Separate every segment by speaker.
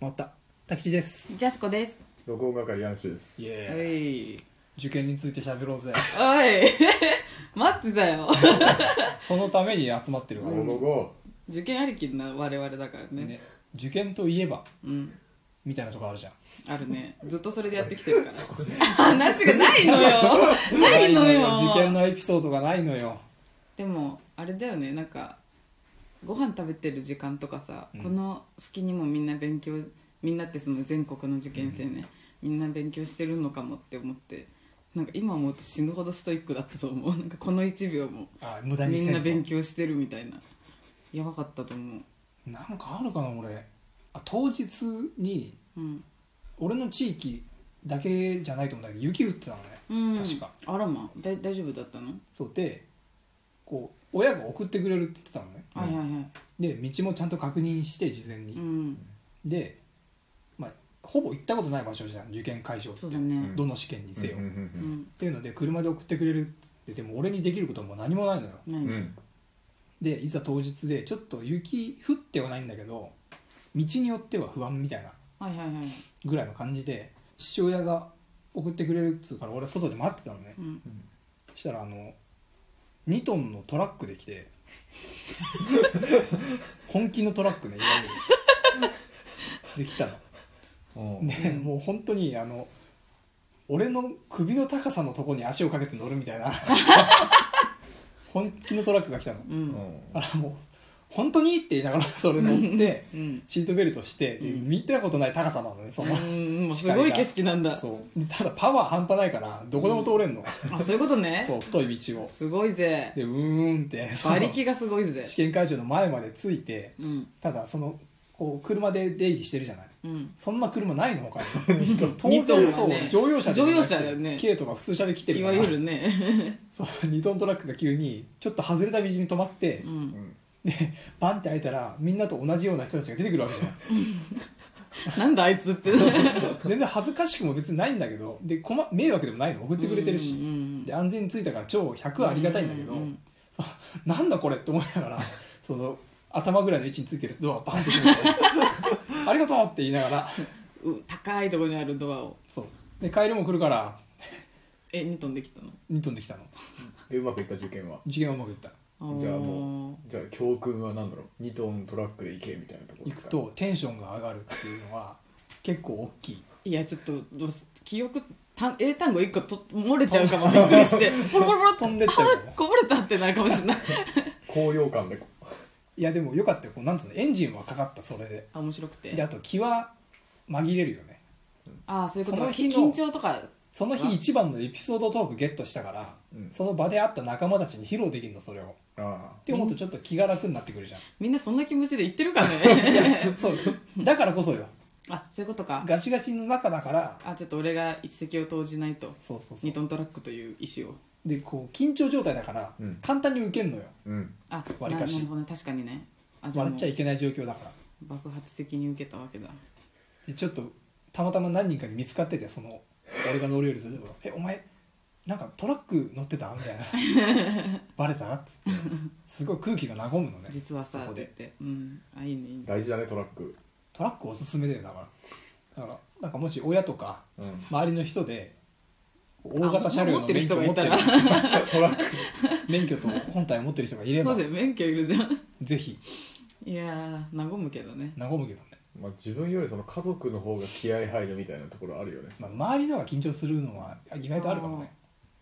Speaker 1: 回った滝地です
Speaker 2: ジャスコです。
Speaker 3: 録音係柳人です
Speaker 1: イ
Speaker 2: は
Speaker 1: エーイ
Speaker 2: い。
Speaker 1: 受験について喋ろうぜ
Speaker 2: おい待ってたよ。
Speaker 1: そのために集まってるか
Speaker 3: ゴ
Speaker 1: ら、
Speaker 3: ーゴーゴ
Speaker 2: 受験ありきな我々だからね。
Speaker 1: ね、受験といえば
Speaker 2: うん。
Speaker 1: みたいなとこあるじゃん
Speaker 2: あるね。ずっとそれでやってきてるから。話がないのよ。ないのよ。
Speaker 1: 受験のエピソードがないのよ
Speaker 2: でも、あれだよね。なんか、ご飯食べてる時間とかさ、
Speaker 1: うん
Speaker 2: この隙にもみんな勉強、みんなってその全国の受験生ね、みんな勉強してるのかもって思って。なんか今思うと死ぬほどストイックだったと思うなんかこの1秒も
Speaker 1: あ無駄に
Speaker 2: み
Speaker 1: せ
Speaker 2: んな勉
Speaker 1: 強
Speaker 2: 強してるみたいなやばかったと思う
Speaker 1: なんかあるかな俺あ当日に
Speaker 2: うん、
Speaker 1: 俺の地域だけじゃないと思うんだけど雪降ってたのね
Speaker 2: うん、
Speaker 1: 確か
Speaker 2: あらまだ大丈夫だったの、
Speaker 1: そうでこう親が送ってくれるって言ってたのね
Speaker 2: はいはいはい
Speaker 1: で道もちゃんと確認して事前に、
Speaker 2: うん
Speaker 1: で、まあ、ほぼ行ったことない場所じゃん受験会場って
Speaker 2: そうだね
Speaker 3: ん
Speaker 1: どの試験に
Speaker 3: ー
Speaker 1: せよ、
Speaker 3: うんう
Speaker 1: っ
Speaker 2: うんん
Speaker 1: ていうので車で送ってくれるっつってでも俺にできることはもう何もないのよ
Speaker 2: 何、
Speaker 3: うんう
Speaker 2: うん
Speaker 3: ん
Speaker 1: でいざ当日でちょっと雪降ってはないんだけど道によっては不安みたいな
Speaker 2: はいはいはい、
Speaker 1: ぐらいの感じで父親が送ってくれるっつうから俺は外で待ってたのね
Speaker 2: うん、
Speaker 1: したらあの2トンのトラックで来て本気のトラックねいわゆるで来たの
Speaker 3: うん
Speaker 1: ね、
Speaker 2: うん
Speaker 1: もう本当にあの俺の首の高さのとこに足をかけて乗るみたい な本気のトラックが来たの
Speaker 2: う
Speaker 3: うんん
Speaker 1: あらもう本当にって言いながらそれ乗って
Speaker 2: うん
Speaker 1: シートベルトして、で
Speaker 2: うん
Speaker 1: 見たことない高さなのねその、
Speaker 2: うんもう
Speaker 1: 視
Speaker 2: す
Speaker 1: 界が
Speaker 2: ごい景色なん だ
Speaker 1: そうでただパワー半端ないからどこでも通れんの、
Speaker 2: あそういうことね
Speaker 1: そう太い道を
Speaker 2: すごいぜ
Speaker 1: でうーんってその
Speaker 2: 馬力がすごいぜ
Speaker 1: 試験会場の前まで着いて
Speaker 2: うん
Speaker 1: ただそのこう車で出入りしてるじゃない
Speaker 2: うん
Speaker 1: そんな車ないの他に当
Speaker 2: 二トンは
Speaker 1: 然
Speaker 2: ね
Speaker 1: そう乗用車じゃなくて
Speaker 2: 乗用車だよね
Speaker 1: 軽とか普通車で来てる
Speaker 2: い
Speaker 1: か
Speaker 2: わ
Speaker 1: ら
Speaker 2: ゆ るね、
Speaker 1: そう2トントラックが急にちょっと外れた道に止まって、
Speaker 2: う、
Speaker 3: うんん
Speaker 1: バンって開いたらみんなと同じような人たちが出てくるわけじ ゃ
Speaker 2: なんだあいつって送
Speaker 1: ん全然恥ずかしくも別にないんだけどでこま迷惑でもないの送ってくれてるし、
Speaker 2: うんうん、
Speaker 1: で安全に着いたから超100ありがたいんだけど、
Speaker 2: うんうん
Speaker 1: なんだこれって思いながらその頭ぐらいの位置についてるドアをバンって 閉めてありがとうって言いながら
Speaker 2: うんう高いところにあるドアを
Speaker 1: そうで帰りも来るから
Speaker 2: えニトンできたの
Speaker 1: 2トンできたの
Speaker 3: でうまくいった受験は
Speaker 1: 受験はうまくいった
Speaker 3: じゃあ
Speaker 2: も
Speaker 3: じゃあ教訓は何だろう2トントラックで行けみたいなところ
Speaker 1: 行くとテンションが上がるっていうのは結構大きい
Speaker 2: いやちょっとどうす記憶単英単語一個と漏れちゃうかもびっくりしてポロポロポロって
Speaker 1: 飛んでっちゃうから
Speaker 2: こぼれたってなるかもしれない
Speaker 3: 高揚感でこ
Speaker 1: いやでもよかったよこうなんつうのエンジンはかかったそれで
Speaker 2: あ面白くて
Speaker 1: であと気は紛れるよね
Speaker 2: ああそういうことか
Speaker 1: その日の
Speaker 2: 緊張とか
Speaker 1: その
Speaker 2: あ
Speaker 1: 日一番のエピソードトークゲットしたから、
Speaker 3: うん
Speaker 1: その場で会った仲間たちに披露できるのそれを
Speaker 3: うあ
Speaker 1: って思うとちょっと気が楽になってくるじゃん
Speaker 2: みんなそんな気持ちで言ってる かね
Speaker 1: そうだからこそよ
Speaker 2: あそういうことか
Speaker 1: ガチガチの中だから
Speaker 2: あちょっと俺が一石を投じないと
Speaker 1: そうそうそ
Speaker 2: ニト
Speaker 1: う
Speaker 2: ントラックという意思を
Speaker 1: でこう緊張状態だから、
Speaker 3: うん
Speaker 1: 簡単に受けんのよ
Speaker 3: あうん
Speaker 2: あな
Speaker 1: 割
Speaker 2: な
Speaker 1: か
Speaker 2: る
Speaker 1: し
Speaker 2: ほどね確かにねあじゃあ
Speaker 1: 笑っ
Speaker 2: もう
Speaker 1: ちゃいけない状況だから
Speaker 2: 爆発的に受けたわけだ
Speaker 1: でちょっとたまたま何人かに見つかっててその俺が乗るよりするとえお前なんかトラック乗ってた?」みたいな 「バレた?」っつってすごい空気が和むのね
Speaker 2: 実はさ
Speaker 1: そ
Speaker 2: っ
Speaker 1: こ
Speaker 2: て
Speaker 1: で
Speaker 2: 言ってうんあいいねいいね
Speaker 3: 大事だねトラック
Speaker 1: トラックおすすめだよだからだからなんかもし親とか
Speaker 3: うん
Speaker 1: 周りの人で大型車両
Speaker 2: あ持
Speaker 1: の
Speaker 2: ってる
Speaker 1: 免
Speaker 2: 人
Speaker 1: 許
Speaker 2: が
Speaker 1: 持
Speaker 2: い
Speaker 1: ったてる
Speaker 2: ら
Speaker 3: トラック
Speaker 1: 免許と本体を持ってる人がいれ
Speaker 2: そ
Speaker 1: ば
Speaker 2: うだよ免許いるじゃん
Speaker 1: ぜひ
Speaker 2: いやー和むけどね
Speaker 1: 和むけどね、
Speaker 3: まあ自分よりその家族の方が気合入るみたいなところあるよね
Speaker 1: まあ、周りのが緊張するのは意外とあるかもね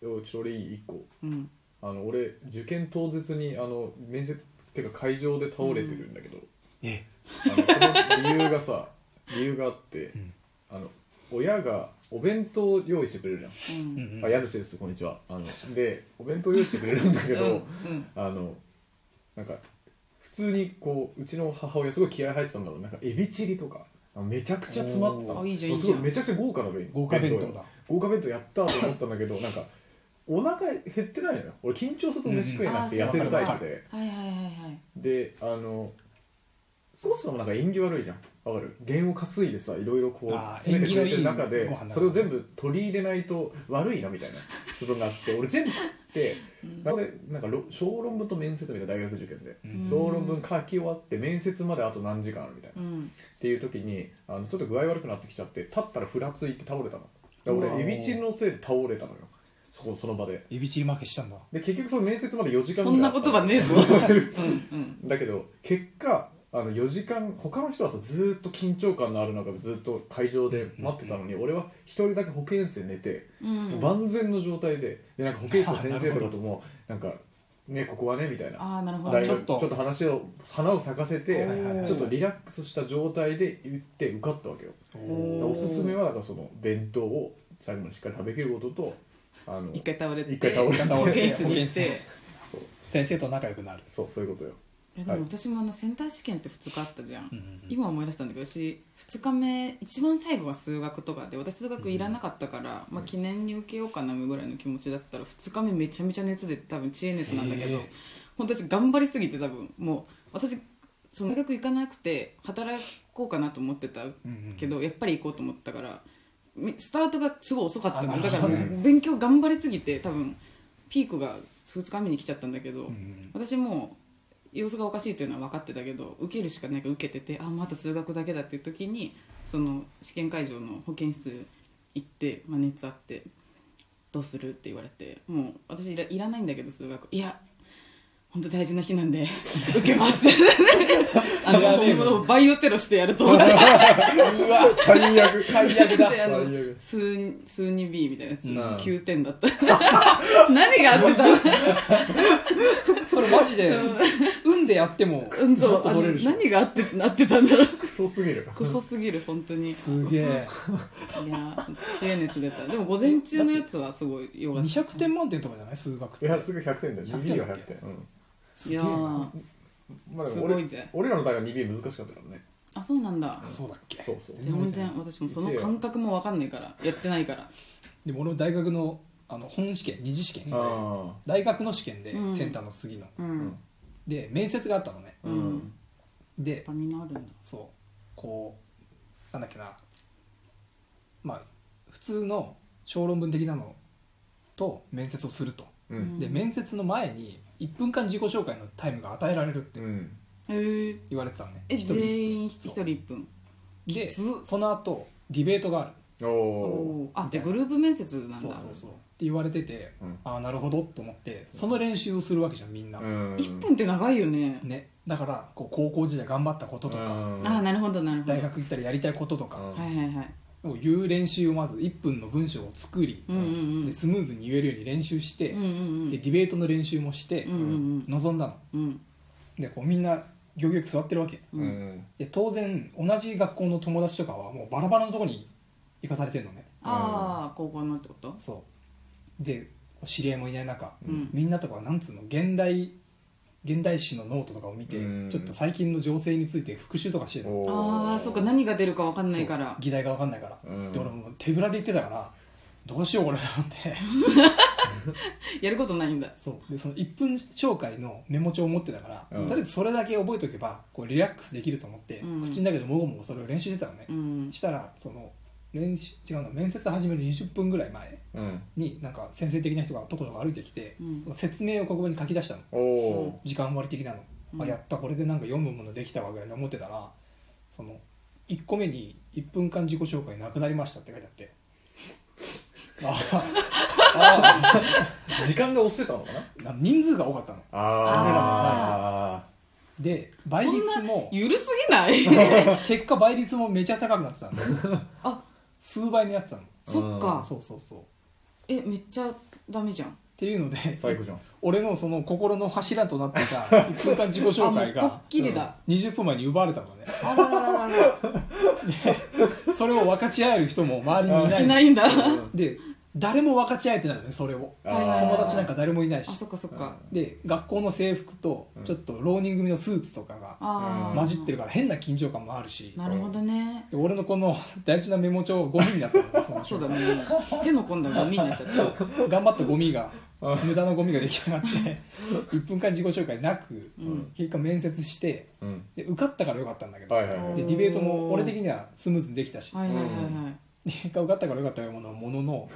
Speaker 3: よちょ俺いい1個
Speaker 2: うん
Speaker 3: あの俺受験当日にあの面接っていうか会場で倒れてるんだけど、
Speaker 1: え
Speaker 3: あのこの理由 がさ理由があって、
Speaker 1: ん
Speaker 3: あの親がお弁当を用意してくれるじゃん、
Speaker 2: う
Speaker 1: うんんうん
Speaker 3: あ家主ですこんにちはあのでお弁当用意してくれるんだけど、
Speaker 2: うん
Speaker 3: あのなんか普通にこううちの母親すごい気合い入ってたんだろうなんかエビチリとかあめちゃくちゃ詰まってた
Speaker 2: おーあいいじゃん
Speaker 3: もうす
Speaker 2: いい
Speaker 3: ご
Speaker 2: じゃん
Speaker 3: めちゃくちゃ豪華な弁
Speaker 1: 豪華弁当
Speaker 3: よ
Speaker 1: だ
Speaker 3: 豪華弁当やったと思ったんだけどなんかお腹減ってないのよ俺緊張すると飯食えなくて
Speaker 2: うんうん
Speaker 3: 痩せるタイプ
Speaker 2: あ
Speaker 3: で、
Speaker 2: はいはいはいはい
Speaker 3: であの少しでもなんか縁起悪いじゃんわかる弦を担いでさいろいろこう
Speaker 1: あー
Speaker 3: 詰めてくれてる中で
Speaker 1: 縁起のいいご飯だな
Speaker 3: それを全部取り入れないと悪いなみたいなことになって俺全部ってこれなんかろ小論文と面接みたいな大学受験で、
Speaker 1: うん
Speaker 3: 小論文書き終わって面接まであと何時間あるみたいな、
Speaker 2: う
Speaker 3: っ
Speaker 2: ん
Speaker 3: ていう時にあのちょっと具合悪くなってきちゃって立ったらふらついて倒れたのだから
Speaker 1: うわ
Speaker 3: 俺エビチリのせいで倒れたのよそこその場で
Speaker 1: エビチリ負けしたんだ
Speaker 3: で結局その面接まで4時間
Speaker 2: そ
Speaker 3: ぐ
Speaker 2: んな
Speaker 3: らいあ
Speaker 2: こ
Speaker 3: った
Speaker 2: と
Speaker 3: の
Speaker 2: はねえぞうんうん
Speaker 3: だけど結果あの4時間他の人はさずーっと緊張感のある中ずっと会場で待ってたのに、俺は一人だけ保健室で寝て、
Speaker 2: うん
Speaker 3: 万全の状態ででなんか保健室の先生
Speaker 1: あなるほど
Speaker 3: とかともなんかねここはねみたいな
Speaker 2: ああなるほど
Speaker 3: 大
Speaker 1: ちょっ
Speaker 3: 学ち
Speaker 1: と
Speaker 3: ょっと話を花を咲かせて、
Speaker 1: はいはいはい
Speaker 3: ちょっとリラックスした状態で言って受かったわけよだから
Speaker 2: おー
Speaker 3: おすすめはだからその弁当を最後までしっかり食べきることとあの
Speaker 2: 一回倒れて
Speaker 3: 一回倒れて
Speaker 2: 保健室に行っ
Speaker 1: 保健
Speaker 2: て
Speaker 3: そう
Speaker 1: 先生と仲良くなる、
Speaker 3: そうそういうことよ
Speaker 2: いやでも私もあのセンター試験って2日あったじゃん、
Speaker 1: うんうんうん
Speaker 2: 今思い出したんだけど私2日目一番最後は数学とかで私数学いらなかったから、まあ、記念に受けようかなぐらいの気持ちだったら2日目めちゃめちゃ熱で多分知恵熱なんだけ
Speaker 1: へ
Speaker 2: ど
Speaker 1: え
Speaker 2: 本当私頑張りすぎて多分もう私その大学行かなくて働こうかなと思ってた
Speaker 1: うんうん
Speaker 2: けどやっぱり行こうと思ったからみスタートがすごい遅かった
Speaker 1: あな
Speaker 2: の
Speaker 1: るほ
Speaker 2: だ
Speaker 1: ど
Speaker 2: から勉強頑張りすぎて多分ピークが2日目に来ちゃったんだけど、
Speaker 1: ん
Speaker 2: 私もう様子がおかしいっていうのは分かってたけど受けるしかないから受けててあまた数学だけだっていう時にその試験会場の保健室行って、まあ、熱あって「どうする?」って言われてもう私いらいらないんだけど数学いや本当大事な日なんで受けます あの
Speaker 1: やべえ
Speaker 2: 本物をバイオテロしてやると思って
Speaker 1: うわ
Speaker 3: 最悪最悪
Speaker 2: であの
Speaker 3: 最悪
Speaker 2: 数数 2B みたいなやつ、
Speaker 1: うん
Speaker 2: 9点だった 何があってた
Speaker 1: それマジで運でやっても
Speaker 2: うんそ
Speaker 1: もっ
Speaker 2: う
Speaker 1: と
Speaker 2: あ
Speaker 1: 取
Speaker 2: の
Speaker 1: れるでしょ
Speaker 2: 何があってなってたんだろう
Speaker 3: クソすぎる
Speaker 2: こそすぎる本当にい
Speaker 1: すげえ
Speaker 2: や知恵熱出たでも午前中のやつはすごいよかっ
Speaker 1: 200点満点とかじゃない数学っ
Speaker 3: い
Speaker 1: て
Speaker 3: やすぐ100点だよ
Speaker 1: 100
Speaker 3: 2B は
Speaker 1: だっ
Speaker 3: 100
Speaker 1: け
Speaker 3: 点、うん
Speaker 2: たいやー
Speaker 3: まあ、ですも
Speaker 2: ごい
Speaker 3: 俺
Speaker 2: ぜ
Speaker 3: 俺らの代は 2B 難しかったからね
Speaker 2: あそうなんだ
Speaker 1: あそうだっけ
Speaker 3: そうそう
Speaker 2: 全然私もその感覚も分かんないからやってないから
Speaker 1: でも俺も大学のあの本試験二次試験
Speaker 3: あ
Speaker 1: 大学の試験で
Speaker 2: うん
Speaker 1: センターの次の、
Speaker 2: う
Speaker 3: あうん
Speaker 1: で面接があったのね
Speaker 2: うん
Speaker 3: うん
Speaker 2: やっ
Speaker 1: で
Speaker 2: ぱみんなあるんだ
Speaker 1: そうこうなんだっけなまあ普通の小論文的なのと面接をすると
Speaker 3: う
Speaker 2: うん
Speaker 3: ん
Speaker 1: で面接の前に1分間自己紹介のタイムが与えられるって
Speaker 3: うん
Speaker 2: へー
Speaker 1: 言われてたのね
Speaker 2: え
Speaker 1: 一人
Speaker 2: 全員一人1分
Speaker 1: で
Speaker 2: きつ
Speaker 1: その後ディベートがある
Speaker 3: お
Speaker 2: お
Speaker 3: お
Speaker 2: ーあじゃあグループ面接なんだ
Speaker 1: そうそうそうって言われてて、
Speaker 3: うん
Speaker 1: ああなるほどと思ってその練習をするわけじゃんみんな、
Speaker 3: うん
Speaker 2: 1分って長いよね
Speaker 1: ね、だからこう高校時代頑張ったこととか、
Speaker 3: うん
Speaker 2: ああなるほどなるほど
Speaker 1: 大学行ったらやりたいこととか
Speaker 3: うん
Speaker 2: はいはいはい
Speaker 1: を言う練習をまず1分の文章を作り、
Speaker 2: うんうんうん
Speaker 1: でスムーズに言えるように練習して、
Speaker 2: うんうんうん
Speaker 1: でディベートの練習もして、
Speaker 2: うんうん
Speaker 1: 臨んだの
Speaker 2: うん
Speaker 1: でこうみんな行儀よく座ってるわけ
Speaker 2: うん
Speaker 3: うん
Speaker 1: で当然同じ学校の友達とかはもうバラバラのとこに行かされてるのね
Speaker 2: ああ高校のってこと
Speaker 1: そうで知り合いもいない中、
Speaker 2: うん
Speaker 1: みんなとかはなんつうの現代現代史のノートとかを見て、
Speaker 3: うん
Speaker 1: ちょっと最近の情勢について復習とかしてるの
Speaker 3: おー
Speaker 2: ああそっか何が出るか分かんないか
Speaker 1: そう
Speaker 2: ら
Speaker 1: 議題が分かんないから、
Speaker 3: うん
Speaker 1: で俺もう手ぶらで言ってたからどうしようこれと思って
Speaker 2: やることないんだ
Speaker 1: そうでその1分紹介のメモ帳を持ってたから、
Speaker 3: うん
Speaker 1: とりあえずそれだけ覚えておけばこうリラックスできると思って、
Speaker 2: うん
Speaker 1: 口の中でもごもごそれを練習してたのね、
Speaker 2: うん
Speaker 1: したらその練習違うの面接始める20分ぐらい前
Speaker 3: うん
Speaker 1: になんか先生的な人がとことこ歩いてきて、
Speaker 2: うん
Speaker 1: その説明を黒板に書き出したの
Speaker 3: おお
Speaker 1: 時間割り的なの、
Speaker 2: うん
Speaker 1: あやったこれでなんか読むものできたわぐらいに思ってたらその1個目に「1分間自己紹介なくなりました」って書いてあって あ
Speaker 3: 時間が押してたのかな
Speaker 1: あ人数が多かったの
Speaker 3: あ
Speaker 1: で倍
Speaker 2: そん
Speaker 1: 率
Speaker 2: な
Speaker 1: も
Speaker 2: ゆるすぎない
Speaker 1: 結果倍率もめちゃ高くなってたの
Speaker 2: あ
Speaker 1: 数倍になってたの
Speaker 2: そっか
Speaker 1: そうそうそうっ
Speaker 2: えめっちゃダメじゃん
Speaker 1: ていうので
Speaker 3: あ最高じゃん
Speaker 1: 俺のその心の柱となってい た1分間自己紹介
Speaker 2: あもうポ
Speaker 1: が
Speaker 2: ッキリだ
Speaker 1: 20分前に奪われたのね
Speaker 2: あらららら
Speaker 1: それを分かち合える人も周りにいな
Speaker 2: ら
Speaker 1: い
Speaker 2: いないんだ
Speaker 3: うん
Speaker 1: で誰も分かち合えてないのねそれを
Speaker 3: あ
Speaker 2: はいはい
Speaker 3: ー
Speaker 1: 友達なんか誰もいないし
Speaker 2: あそっかそっか
Speaker 1: で学校の制服と
Speaker 3: うん
Speaker 1: ちょっと浪人組のスーツとかが
Speaker 2: ああ
Speaker 1: 混じってるから変な緊張感もあるし
Speaker 2: なるほどね
Speaker 1: で俺のこの大事なメモ帳ゴミになったのねその瞬
Speaker 2: そう
Speaker 1: 間
Speaker 2: だね手の込んだゴミになっちゃった
Speaker 1: 頑張ったゴミが
Speaker 3: あ
Speaker 1: 無駄なゴミが出来上がって1 分間自己紹介なく
Speaker 2: うん
Speaker 1: 結果面接して
Speaker 3: うん
Speaker 1: で受かったからよかったんだけど
Speaker 3: はい
Speaker 1: で
Speaker 3: はいはい
Speaker 1: ディベートも俺的にはスムーズにできたし
Speaker 2: はいはいはいはい
Speaker 1: 結果受かったからよかったようなものの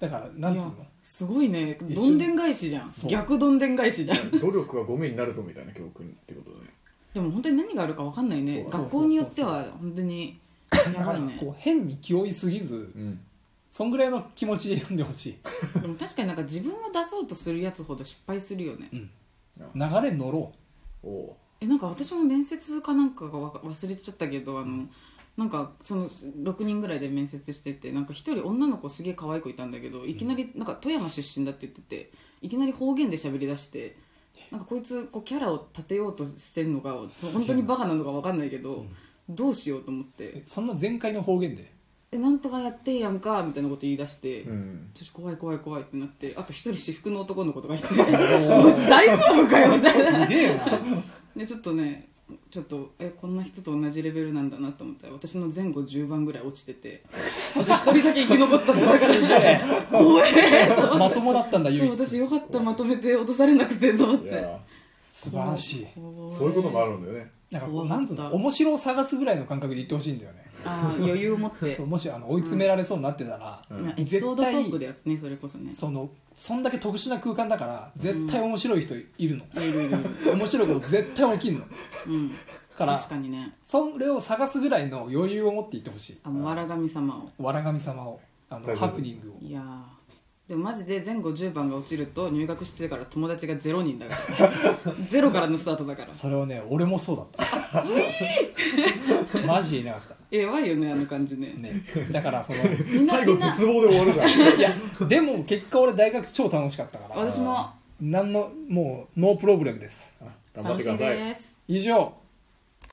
Speaker 1: だからなん
Speaker 2: い
Speaker 1: つう
Speaker 2: や
Speaker 1: の
Speaker 2: すごいね
Speaker 3: 一緒に
Speaker 2: どんでん返しじゃん
Speaker 1: そう
Speaker 2: 逆どんでん返しじゃん
Speaker 3: 努力はごめんになるぞみたいな教訓ってことだね
Speaker 2: でも本当に何があるか分かんないね
Speaker 3: そう
Speaker 2: 学校によっては本当にや
Speaker 1: だか
Speaker 2: ば
Speaker 1: ら
Speaker 2: いね
Speaker 1: こう変に気負いすぎず、
Speaker 3: うん
Speaker 1: そんぐらいの気持ちで読んでほしい、
Speaker 2: でも確かになんか自分を出そうとするやつほど失敗するよね
Speaker 1: 流れ乗ろ
Speaker 3: おお
Speaker 2: えなんか私も面接かなんかがわ忘れちゃったけどあのなんかその6人ぐらいで面接しててなんか一人女の子すげえ可愛い子いたんだけどいきなりなんか富山出身だって言ってていきなり方言で喋りだしてなんかこいつこうキャラを立てようとしてんのか本当にバカなのか分かんないけど、どうしようと思っ
Speaker 1: う
Speaker 2: て
Speaker 1: そんな全開の方言で
Speaker 2: 「えなんとかやってんやんか」みたいなこと言い出して。
Speaker 3: うん
Speaker 2: ちょっと怖い怖い怖いってなってあと一人私服の男の子と かいてこいつ大丈夫かよみ たい
Speaker 1: す
Speaker 2: な
Speaker 1: げえよな
Speaker 2: でちょっとねちょっとえこんな人と同じレベルなんだなと思ったら私の前後10番ぐらい落ちてて私一人だけ生き残ったのだから怖え
Speaker 1: まともだったんだ
Speaker 2: そう
Speaker 1: 唯一
Speaker 2: 私よかったまとめて落とされなくてと思っ
Speaker 3: い
Speaker 2: て
Speaker 3: や
Speaker 1: 素晴らしい
Speaker 2: 怖
Speaker 3: そういうこともあるんだよね
Speaker 1: なんかこ
Speaker 2: 怖
Speaker 1: う
Speaker 2: かった
Speaker 1: なんつうの面白を探すぐらいの感覚で言ってほしいんだよね
Speaker 2: あー余裕を持 って
Speaker 1: そうもしあの追い詰められそうになってたら、
Speaker 3: うん
Speaker 2: まあエピソードトークでやつねそれこそね
Speaker 1: そのそんだけ特殊な空間だから絶対面白い人いるの、
Speaker 2: いるいるいる
Speaker 1: 面白いこと絶対起きんのだ
Speaker 2: うん
Speaker 1: から
Speaker 2: 確かにね
Speaker 1: それを探すぐらいの余裕を持って言ってほしい
Speaker 2: あもうわら神様を
Speaker 1: わら神様をあ
Speaker 3: 大丈
Speaker 1: の
Speaker 3: 夫
Speaker 1: ハプニングを
Speaker 2: いやーでもマジで前後10番が落ちると入学してから友達が0人だから ゼロからのスタートだから
Speaker 1: それをね俺もそうだった マジでいなかっ
Speaker 2: えやばいよねあの感じね
Speaker 1: た、ね、だから その
Speaker 2: みんな
Speaker 3: 最後
Speaker 2: みんな
Speaker 3: 絶望で終わるから
Speaker 1: いやでも結果俺大学超楽しかったから
Speaker 2: 私も
Speaker 1: なんのもうノープロブレムです
Speaker 3: あ頑張っ
Speaker 2: 楽
Speaker 3: て
Speaker 2: し
Speaker 3: くだ
Speaker 2: い
Speaker 3: さい
Speaker 2: です
Speaker 1: 以上